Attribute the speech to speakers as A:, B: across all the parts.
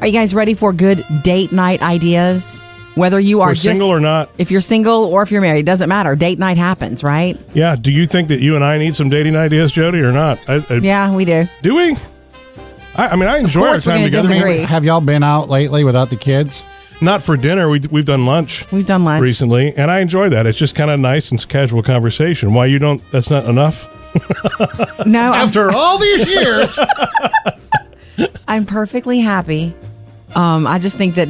A: Are you guys ready for good date night ideas? Whether you are
B: We're
A: just,
B: single or not.
A: if you're single or if you're married, it doesn't matter. Date night happens, right?
B: Yeah. Do you think that you and I need some dating ideas, Jody, or not? I, I,
A: Yeah, we do.
B: Do we? I, I mean, I enjoy our
A: course we're
B: time
A: gonna
B: together.
A: disagree.
C: Have y'all been out lately without the kids?
B: Not for dinner. We, we've done lunch
A: We've done lunch.
B: recently, and I enjoy that. It's just kind of nice and it's casual conversation. Why you don't? That's not enough.
A: No, I'm,
C: After all these years,
A: I'm perfectly happy. Um, I just think that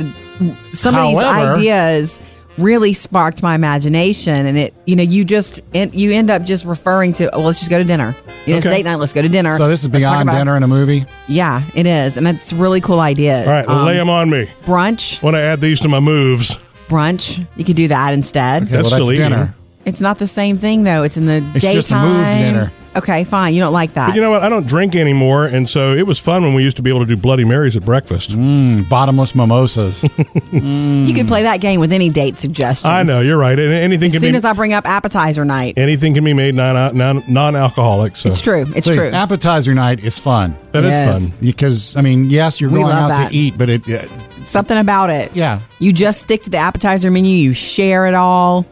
A: some
C: However-
A: of these ideas really sparked my imagination, and it you know you just and you end up just referring to oh, let's just go to dinner. You know, it's
B: Okay.
A: date night. Let's go to dinner.
C: so this is
A: Let's talk
C: beyond
A: about-
C: dinner and a movie.
A: Yeah, it is, and that's really cool ideas.
B: All right,
A: Um,
B: lay them on me.
A: brunch,
B: When I add these to my moves,
A: brunch. You could do that instead.
C: Okay,
B: That's
C: well, that's
B: still eating.
C: dinner.
A: It's not the same thing though. It's in the
C: It's
A: daytime.
C: just a moved dinner.
A: Okay, fine. You don't like that.
B: but you know what? I don't drink anymore, and so it was fun when we used to be able to do Bloody Marys at breakfast.
A: Mm.
C: Bottomless mimosas.
A: you could play that game with any date suggestion.
B: I know you're right. And anything
A: As
B: can
A: soon
B: be
A: as I bring up appetizer night,
B: anything can be made non non alcoholic. So
A: it's true. It's
C: See,
A: true.
C: Appetizer night is fun
B: that is
A: Yes.
B: fun.
C: because I mean, yes, you're
A: We
C: going
A: love
C: out
A: that.
C: to eat, but it, it
A: Something about it.
C: Yeah.
A: You just stick to the appetizer menu. You share it all.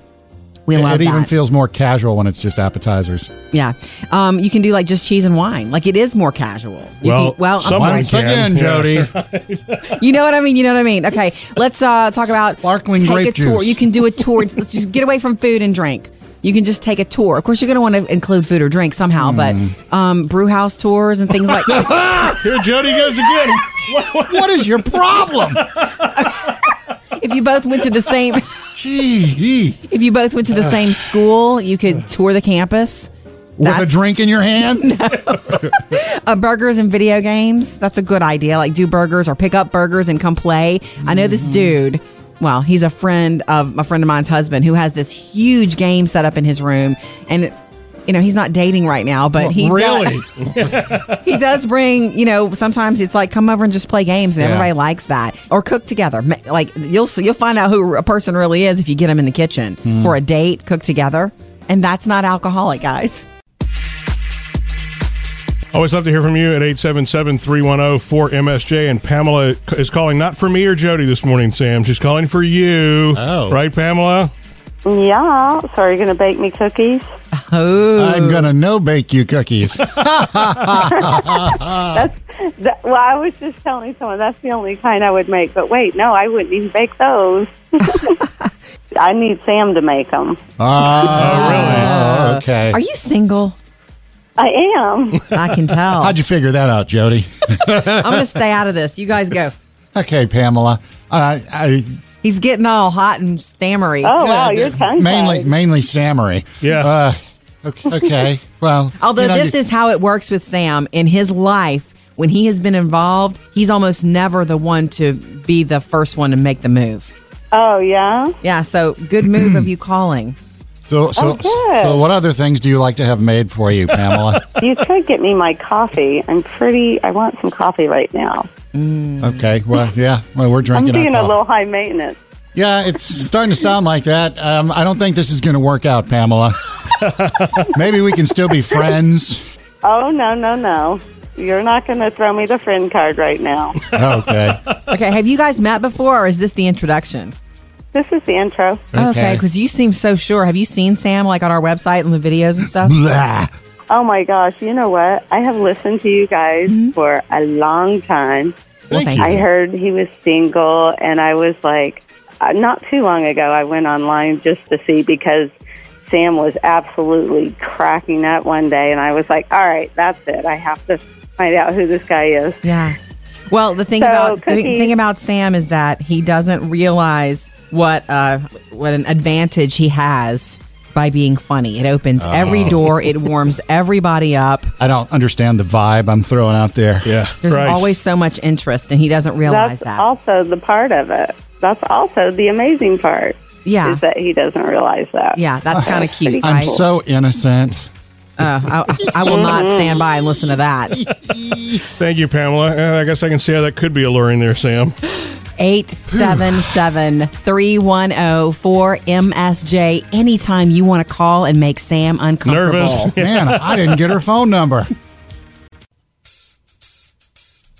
A: We love
C: it
A: that.
C: even feels more casual when it's just appetizers.
A: yeah. Um, you can do like just cheese and wine. Like it is more casual. You
B: Well,
A: can, well I'm
B: someone
A: sorry.
C: Once
B: can.
C: again,
B: Yeah.
C: Jody,
A: You know what I mean? You know what I mean? Okay, let's uh, talk about
C: Sparkling
A: take a
C: grape
A: tour.
C: juice.
A: You can do a tour. It's- let's just get away from food and drink. You can just take a tour. Of course, you're going to want to include food or drink
C: Hmm.
A: somehow, but um, brew house tours and things like that.
B: Here Jody goes again.
C: what is your problem?
A: if you both went to the same,
C: Gee,
A: if you both went to the same school, you could tour the campus.
C: with a
A: That's-
C: drink in your hand.
A: Uh, burgers and video games. That's a good idea. Like do burgers or pick up burgers and come play. I know
C: Mm-hmm.
A: this dude. Well, he's a friend of a friend of mine's husband who has this huge game set up in his room, and you know he's not dating right now, but he
C: really?
A: does, he does bring you know sometimes it's like come over and just play games, and
C: Yeah.
A: everybody likes that or cook together. Ma- Like you'll see- you'll find out who a person really is if you get them in the kitchen
C: Hmm.
A: for a date, cook together, and that's not alcoholic, guys.
B: Always love to hear from you at oh, 877-310-4MSJ. And Pamela is calling not for me or Jody this morning, Sam. She's calling for you.
C: Oh.
B: Right, Pamela?
D: Yeah. So are you going to bake me cookies?
C: I'm gonna no bake you cookies.
A: Uh,
D: That, well, I was just telling someone that's the only kind I would make. But wait, no, I wouldn't even bake those. I need Sam to make them.
C: Oh, okay.
A: Are you single?
D: I am.
A: I can tell.
C: How'd you figure that out, Jody?
A: I'm gonna stay out of this. You guys go.
C: okay, Pamela. Uh, I
A: He's getting all hot and stammery.
D: Oh wow,
C: uh,
D: you're tongue
C: mainly mainly stammery.
B: Yeah.
C: Uh, okay. okay. Well,
A: Although
C: you know,
A: this
C: you-
A: is how it works with Sam in his life. When he has been involved, he's almost never the one to be the first one to make the move.
D: Oh yeah.
A: Yeah, so good move of you calling.
C: so
A: Oh,
C: so
D: Okay.
C: so. What other things do you like to have made for you, Pamela?
D: You could get me my coffee. I'm pretty. I want some coffee right now.
C: okay. Well, yeah. Well, we're
D: I'm
C: drinking.
D: being a
C: alcohol.
D: little high maintenance.
C: Yeah, it's starting to sound like that. Um, I don't think this is going to work out, Pamela. Maybe we can still be friends.
D: Oh no no no. You're not going to throw me the friend card right now.
C: Okay.
A: Okay, have you guys met before or is this the introduction?
D: this is the intro.
A: Okay, because you seem so sure. Have you seen Sam like on our website and the videos and stuff?
C: Blah.
D: Oh my gosh, you know what? I have listened to you guys
A: Hmm?
D: for a long time.
A: Well, thank
D: I heard he was single, and I was like, uh, not too long ago, I went online just to see because Sam was absolutely cracking up one day, and I was like, all right, that's it. I have to find out who this guy is.
A: Yeah. Well, the thing
D: So,
A: about the
D: cookies.
A: thing about Sam is that he doesn't realize what uh, what an advantage he has by being funny. It opens every door. It warms everybody up.
C: I don't understand the vibe I'm throwing out there.
B: Yeah.
A: There's
B: right.
A: always so much interest, and he doesn't realize
D: That's
A: that.
D: also the part of it. That's also the amazing part.
A: Yeah.
D: Is that he doesn't realize that.
A: yeah, that's kind of cute.
C: I'm
A: Right?
C: so innocent.
A: uh, I, I will not
D: Mm-hmm.
A: stand by and listen to that.
B: Thank you, Pamela. Uh, I guess I can see how that could be alluring there, Sam.
A: 877-310-4MSJ. Anytime you want to call and make Sam uncomfortable.
C: Oh,
B: Nervous.
C: Man, I didn't get her phone number.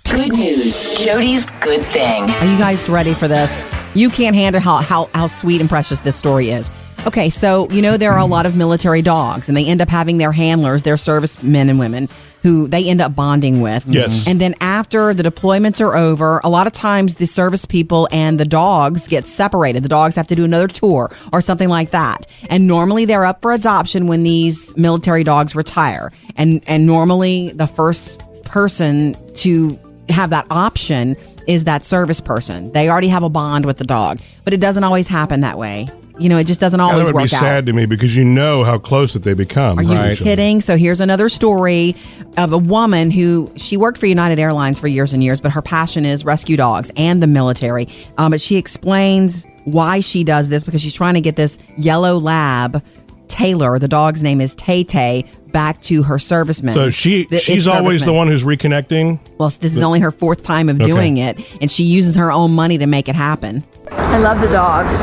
E: Good news. Jody's good thing.
A: Are you guys ready for this? You can't handle how, how, how sweet and precious this story is. Okay, so you know there are a lot of military dogs, and they end up having their handlers, their servicemen and women, who they end up bonding with.
B: Yes.
A: And then after the deployments are over, a lot of times the service people and the dogs get separated. The dogs have to do another tour or something like that. And normally they're up for adoption when these military dogs retire. And and normally the first person to have that option is that service person. They already have a bond with the dog, but it doesn't always happen that way. You know, it just doesn't
B: Yeah,
A: always
B: that would
A: work
B: be
A: out.
B: sad to me because you know how close that they become.
A: Are you kidding? So here's another story of a woman who she worked for United Airlines for years and years, but her passion is rescue dogs and the military. Um, but she explains why she does this because she's trying to get this yellow lab Taylor, the dog's name is Tay Tay, back to her servicemen.
B: So she
A: The-
B: she's
A: its
B: always the
A: servicemen.
B: one who's reconnecting.
A: Well, this is only her fourth time of doing it, and she uses her own money to make it happen.
F: I love the dogs.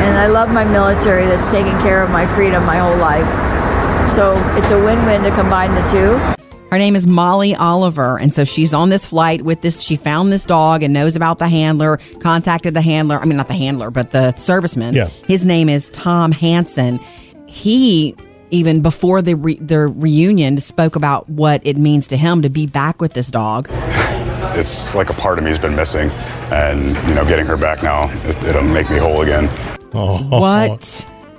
F: And I love my military that's taken care of my freedom my whole life. So it's a win win to combine the two.
A: Her name is Molly Oliver, and so she's on this flight with this. She found this dog and knows about the handler, contacted the handler. I mean, not the handler, but the serviceman.
B: Yeah.
A: His name is Tom Hansen. He, even before the, re- the reunion, spoke about what it means to him to be back with this dog.
G: it's like a part of me has been missing, and you know, getting her back now, it, it'll make me whole again.
B: Oh,
A: What?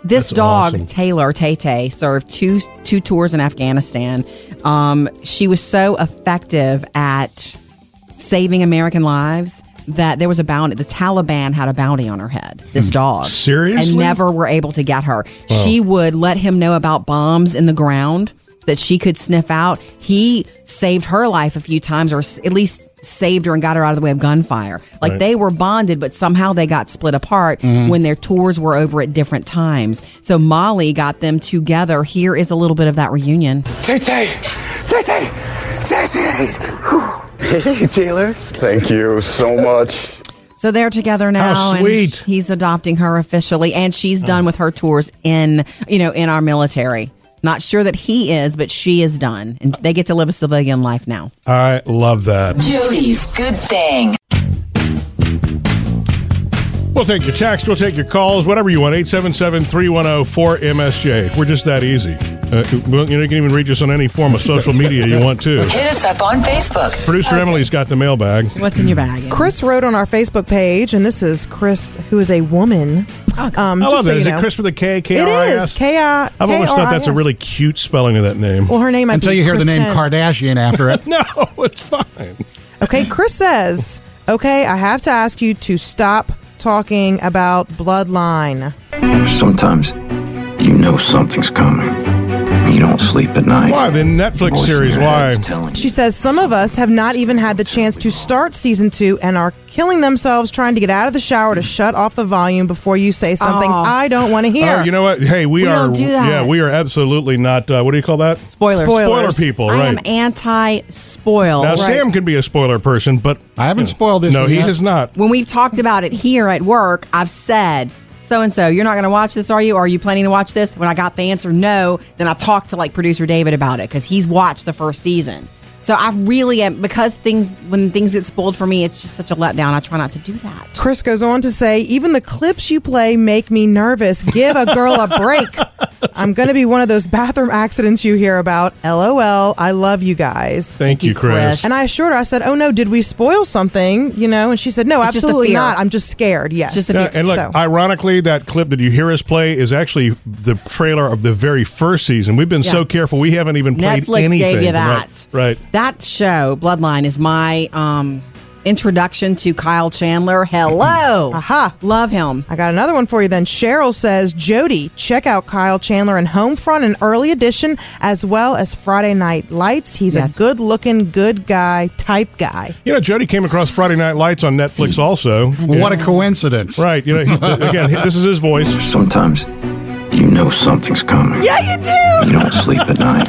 A: This
B: That's
A: dog,
B: awesome.
A: Taylor Tay Tay, served two two tours in Afghanistan. Um, she was so effective at saving American lives that there was a bounty. The Taliban had a bounty on her head. This dog,
B: Hmm. Seriously?
A: and never were able to get her. She would let him know about bombs in the ground that she could sniff out. He saved her life a few times, or s- at least saved her and got her out of the way of gunfire. Like
B: Right. Mm-hmm.
A: they were bonded, but somehow they got split apart when their tours were over at different times. So Molly got them together. Here is a little bit of that reunion.
H: Tay Tay! Tay Tay! Tay Tay! Hey, Taylor.
G: Thank you so much.
A: So they're together now.
B: How
A: and
B: sweet. Oh.
A: he's adopting her officially, and she's done with her tours in you know in our military. Not sure that he is, but she is done, and they get to live a civilian life now.
B: I love that.
E: Jody's good thing.
B: We'll take your text, we'll take your calls, whatever you want. 877 310 msj We're just that easy. Uh, well, you, know, you can even reach us on any form of social media you want to.
E: Hit us up on Facebook.
B: Producer Emily's got the mailbag.
A: What's in your bag? Ann?
I: Chris wrote on our Facebook page, and this is Chris, who is a woman.
A: Oh,
I: Um,
B: I
I: just
B: love
I: so
B: that.
I: you
B: Is it
I: know.
B: Chris with a K? K
I: It
B: R I
I: is
B: S?
I: K I.
B: I've always thought that's a really cute spelling of that name.
I: well. Her name might
C: Until
I: be
C: you hear the name
I: Kristen.
C: Kardashian after it.
B: no, it's fine.
I: Okay, Chris says, "Okay, I have to ask you to stop talking about bloodline."
H: Sometimes you know something's coming. You don't sleep at night.
B: Why? The Netflix
H: Voice in
B: series,
H: your
B: why?
H: head's telling
I: She says some of us have not even had the chance to start season two and are killing themselves trying to get out of the shower to shut off the volume before you say something
A: Aw.
I: I don't want to hear.
A: Uh,
B: Oh, you know what? Hey, we,
A: We
B: are.
A: don't do that.
B: Yeah, we are absolutely not. Uh, what do you call that?
A: Spoilers.
I: Spoilers.
B: Spoiler people,
A: I
B: right?
A: am anti-spoil.
B: now, Sam can be a spoiler person, but
C: I haven't spoiled this
B: No,
C: one
B: he
C: yet.
B: does not.
A: when we've talked about it here at work, I've said, so and so, you're not going to watch this, are you? Are you planning to watch this? When I got the answer no, then I talked to like producer David about it because he's watched the first season. So I really am because things when things get spoiled for me, it's just such a letdown. I try not to do that.
I: Chris goes on to say, even the clips you play make me nervous. Give a girl a break. I'm going to be one of those bathroom accidents you hear about. LOL. I love you guys.
B: Thank you,
A: you, Chris.
B: Chris.
I: And I assured her, I said, oh no, did we spoil something? You know, and she said, no,
A: It's just a
I: absolutely
A: fear.
I: not. I'm just scared. Yes.
A: It's just a
B: Yeah, and look,
I: So-
B: ironically, that clip that you hear us play is actually the trailer of the very first season. We've been so
A: Yeah.
B: careful; we haven't even played
A: Netflix
B: anything.
A: gave you that.
B: right? right.
A: That show, Bloodline, is my um introduction to Kyle Chandler. Hello.
I: Aha.
A: Love him.
I: I got another one for you then. Cheryl says, Jody, check out Kyle Chandler in Homefront and Early Edition, as well as Friday Night Lights. He's
A: Yes.
I: a good looking, good guy type guy.
B: You know, Jody came across Friday Night Lights on Netflix. Also,
C: What a coincidence.
B: right? You know, he- again, this is his voice.
H: Sometimes you know something's coming.
I: Yeah, you do.
H: You don't sleep at night.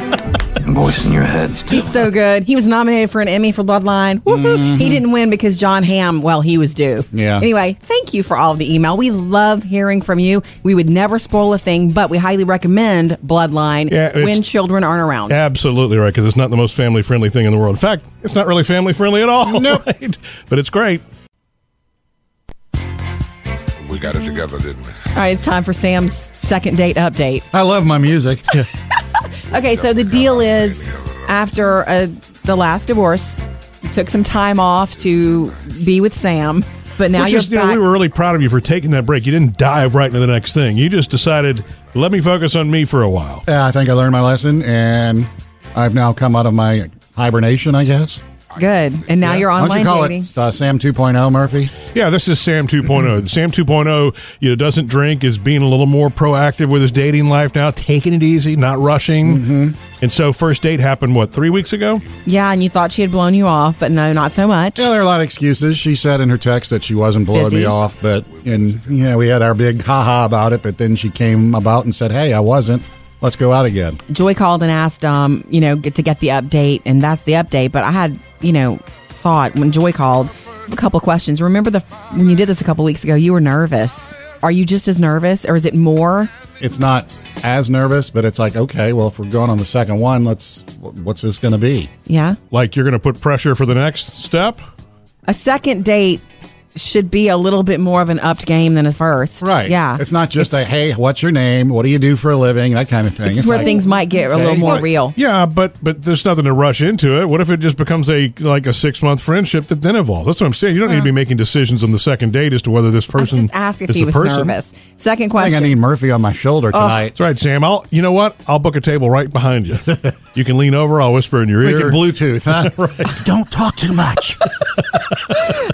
H: and voice in your head.
A: He's so good. He was nominated for an Emmy for Bloodline. Woohoo! He didn't win because John Hamm, well, he was due.
C: Yeah.
A: Anyway, thank you for all of the email. We love hearing from you. We would never spoil a thing, but we highly recommend Bloodline
B: Yeah, it's-
A: when children aren't around.
B: Absolutely right, because it's not the most family friendly thing in the world. In fact, it's not really family friendly at all.
C: Nope.
B: right? But it's great.
J: We got it together, didn't we?
A: All right, it's time for Sam's second date update.
C: I love my music.
A: Okay, so the deal is after uh, the last divorce, you took some time off to be with Sam, but now
B: Which
A: you're
B: is, you know,
A: back.
B: we were really proud of you for taking that break. You didn't dive right into the next thing. You just decided, let me focus on me for a while.
C: Yeah, Uh, I think I learned my lesson, and I've now come out of my hibernation, I guess.
A: Good. And now you're
C: Why
A: online
C: don't you call
A: dating.
C: it uh, Sam 2.0, Murphy?
B: Yeah, this is Sam 2.0. Sam 2.0, you know, doesn't drink, is being a little more proactive with his dating life now, taking it easy, not rushing. And so, first date happened, what, three weeks ago?
A: Yeah, and you thought she had blown you off, but no, not so much.
C: Yeah, there are a lot of excuses. She said in her text that she wasn't blowing
A: Busy.
C: me off, but and yeah, we had our big haha about it. But then she came about and said, "Hey, I wasn't. Let's go out again."
A: Joy called and asked, um, you know, get to get the update, and that's the update. But I had, you know, thought when Joy called a couple of questions. Remember the when you did this a couple of weeks ago, you were nervous. Are you just as nervous, or is it more?
C: It's not as nervous, but it's like, okay, well, if we're going on the second one, let's. What's this going to be?
A: Yeah,
B: Like, you're going to put pressure for the next step?
A: a second date should be a little bit more of an upped game than a first.
C: Right.
A: Yeah,
C: It's not just a hey, what's your name? What do you do for a living? That kind of thing.
A: It's, where
C: like-
A: things might get a little
C: okay.
A: more
B: Well,
A: real.
B: Yeah, but but there's nothing to rush into it. What if it just becomes a like a six month friendship that then evolves? That's what I'm saying. You don't need to be making decisions on the second date as to whether this
A: I
B: person
A: just asked if
B: is
A: he
B: the
A: was
B: person.
A: nervous. Second
C: I think I
A: question.
C: need Murphy on my shoulder tonight.
B: That's right, Sam. I'll you know what? I'll book a table right behind you. you can lean over. I'll whisper in your
C: We
B: ear.
C: can Bluetooth, huh? Don't talk too much.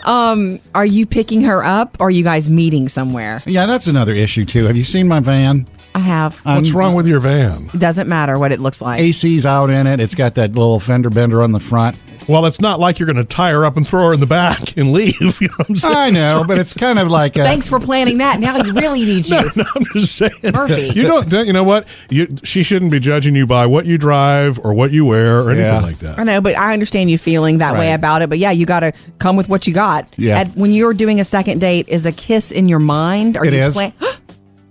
A: Are you picking her up? or Are you guys meeting somewhere?
C: yeah, that's another issue too. Have you seen my van?
A: I have.
C: Uh,
B: What's wrong with your van?
A: Doesn't matter what it looks like.
C: AC's out in it. It's got that little fender bender on the front.
B: Well, it's not like you're going to tie her up and throw her in the back and leave. You know what I'm saying?
C: I know, but it's kind of like a,
A: Thanks for planning that. Now he really needs you.
B: No, I'm just saying.
A: Uh, Murphy.
B: You don't. You know what? You, she shouldn't be judging you by what you drive or what you wear or anything
C: Yeah.
B: like that.
A: I know, but I understand you feeling that way
C: Right.
A: about it. But yeah, you got to come with what you got.
C: Yeah.
A: At- when you're doing a second date, is a kiss in your mind? Are
C: It
A: you
C: is.
A: plan-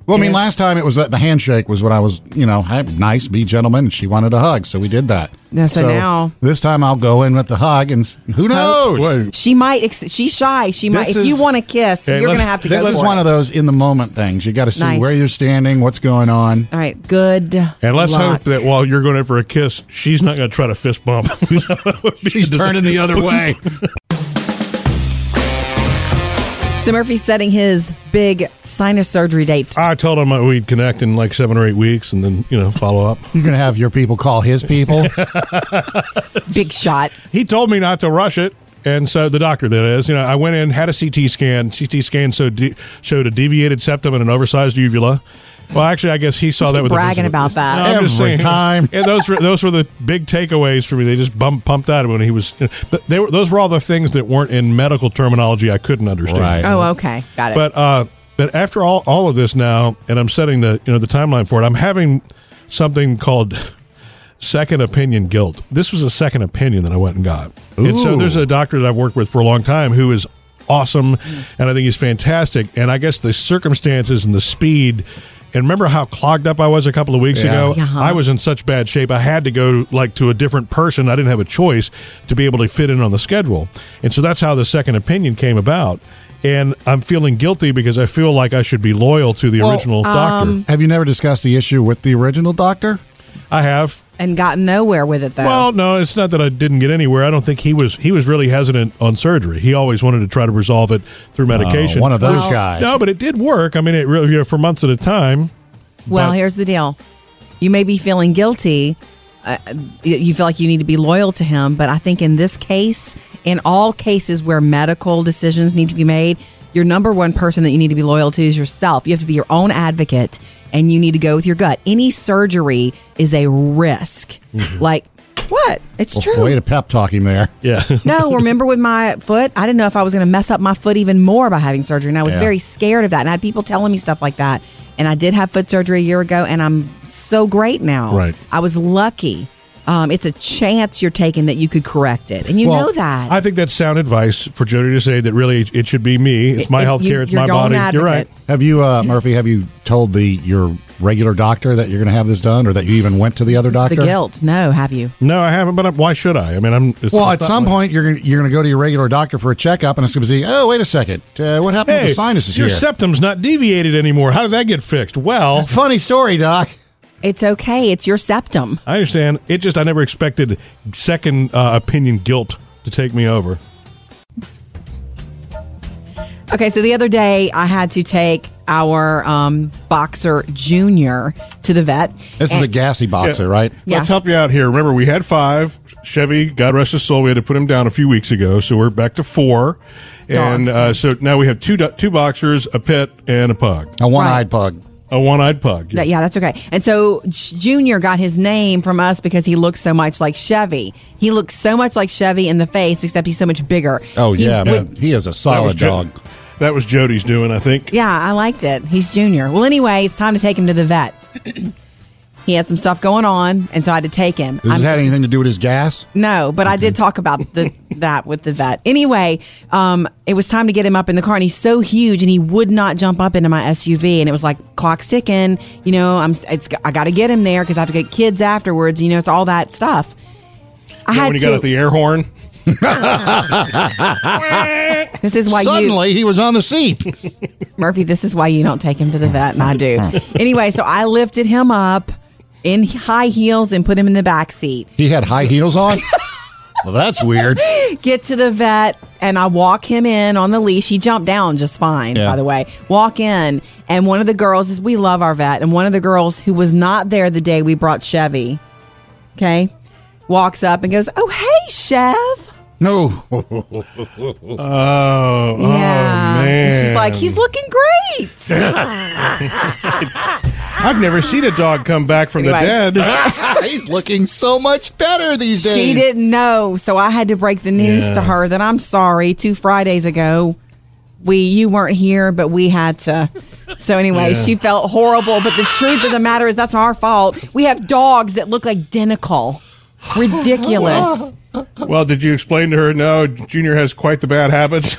C: Well, I mean, last time it was that the handshake was what I was, you know, hi- nice, be gentleman, and she wanted a hug, so we did that.
A: Yeah, so now-
C: this time I'll go in with the hug, and s- who knows?
B: Wait.
A: she might. Ex- she's shy. She might.
C: This
A: If you
C: is-
A: want to kiss,
B: Hey,
A: you're
B: let's-
A: gonna have to.
C: This
A: go
C: is
A: for
C: one
A: it.
C: of those in the moment things. You got to see
A: Nice.
C: where you're standing, what's going on.
A: All right. Good.
B: And let's
A: luck.
B: hope that while you're going in for a kiss, she's not going to try to fist bump. That would be
C: She's
B: a dis-
C: turning the other way.
A: So Murphy's setting his big sinus surgery date.
B: I told him that we'd connect in like seven or eight weeks and then, you know, follow up.
C: You're gonna have your people call his people.
A: Big shot.
B: he told me not to rush it. And so the doctor, that is, you know, I went in, had a CT scan. CT scan so de- showed a deviated septum and an oversized uvula. Well, actually, I guess he saw that with
A: bragging
B: the
A: about that.
B: No, I'm just
C: Every
B: saying.
C: time.
B: And those were those were the big takeaways for me. They just bump, pumped out when he was. You know, th- they were those were all the things that weren't in medical terminology. I couldn't understand.
C: Right.
A: Oh, okay. Got it.
B: But uh, but after all all of this now, and I'm setting the you know the timeline for it. I'm having something called second opinion guilt. This was a second opinion that I went and got. And so
C: Ooh.
B: there's a doctor that I've worked with for a long time who is awesome, and I think he's fantastic. And I guess the circumstances and the speed. And remember how clogged up I was a couple of weeks
C: Yeah.
B: ago?
A: Yeah.
B: I was in such bad shape. I had to go like to a different person. I didn't have a choice to be able to fit in on the schedule. And so that's how the second opinion came about. And I'm feeling guilty because I feel like I should be loyal to the
C: Well,
B: original doctor.
A: um,
C: have you never discussed the issue with the original doctor?
B: I have
A: and got nowhere with it though.
B: Well, no, it's not that I didn't get anywhere. I don't think he was. He was really hesitant on surgery. He always wanted to try to resolve it through medication.
C: Oh, one of those
A: Well-
C: guys.
B: no, but it did work. I mean, it really you know, for months at a time.
A: Well,
B: But-
A: here's the deal. You may be feeling guilty. Uh, y- you feel like you need to be loyal to him, but I think in this case, in all cases where medical decisions need to be made, your number one person that you need to be loyal to is yourself. You have to be your own advocate and you need to go with your gut. Any surgery is a risk.
B: Mm-hmm.
A: Like, what? It's true.
C: Way to pep talk him there.
B: Yeah,
A: No, remember with my foot, I didn't know if I was going to mess up my foot even more by having surgery. And I was
C: Yeah.
A: very scared of that. And I had people telling me stuff like that. And I did have foot surgery a year ago, and I'm so great now.
B: Right.
A: I was lucky. um, it's a chance you're taking that you could correct it, and you
B: Well,
A: know that.
B: I think that's sound advice for Jody to say that really it should be me. It's my
A: It-
B: health
A: you-
B: care. It's
A: you're
B: my
A: your own
B: body. You're right.
A: advocate.
C: Have you, uh, Murphy? Have you told the your regular doctor that you're going to have this done, or that you even went to the other
A: It's
C: doctor?
A: the guilt. No, have you?
B: No, I haven't. But I- why should I? I mean, I'm. It's
C: Well,
B: it's
C: at
B: not
C: some
B: like-
C: point you're gonna, you're going to go to your regular doctor for a checkup, and it's going to be, oh, wait a second, uh, what happened with
B: Hey,
C: the sinuses
B: your
C: here?
B: septum's not deviated anymore. How did that get fixed? Well,
C: Funny story, doc.
A: It's okay. It's your septum.
B: I understand. It just I never expected second uh, opinion guilt to take me over.
A: Okay, so the other day I had to take our um, boxer junior to the vet.
C: This is
A: And-
C: a gassy boxer, right?
A: Yeah.
B: Let's help you out here. Remember, we had five. Chevy, God rest his soul, we had to put him down a few weeks ago, so we're back to four. And
A: Dogs.
B: uh, so now we have two do- two boxers, a pit, and a pug,
C: A one-eyed pug.
B: a one eyed pug.
A: That- yeah, that's okay. And so J- Junior got his name from us because he looks so much like Chevy. He looks so much like Chevy in the face, except he's so much bigger.
C: Oh
A: He
C: yeah,
A: would-
C: man, he is
B: That
C: a
B: was
C: solid
B: Jo-
C: dog.
B: That was Jody's doing, I think.
A: Yeah, I liked it. He's Junior. Well, anyway, it's time to take him to the vet. he had some stuff going on, and so I had to take him.
C: Does this
A: I'm-
C: have anything to do with his gas?
A: No, but I did talk about the, that with the vet. Anyway, um, it was time to get him up in the car, and he's so huge, and he would not jump up into my SUV. And it was like clock ticking. You know, I'm it's I got to get him there because I have to get kids afterwards. You know, it's all that stuff. I
B: You know
A: had
B: when you
A: to.
B: got at the air horn,
A: this is why you,
C: Suddenly, he was on the seat.
A: Murphy. This is why you don't take him to the vet, and I do. anyway, so I lifted him up in high heels and put him in the back seat.
C: He had high heels on. well, that's weird.
A: get to the vet and I walk him in on the leash. He jumped down just fine,
C: Yeah.
A: by the way. Walk in, and one of the girls is we love our vet, and one of the girls who was not there the day we brought Chevy, okay, walks up and goes, "Oh hey, Chev."
C: No,
B: oh, oh,
A: And she's
B: man.
A: like, "He's looking great."
B: I've never seen a dog come back from the
A: Right.
B: dead.
C: he's looking so much better these days.
A: she didn't know, so I had to break the news
B: Yeah.
A: to her that I'm sorry. Two Fridays ago, we you weren't here, but we had to. So anyway,
B: Yeah.
A: she felt horrible. But the truth of the matter is, that's our fault. We have dogs that look identical. Ridiculous.
B: well, did you explain to her? No, Junior has quite the bad habits.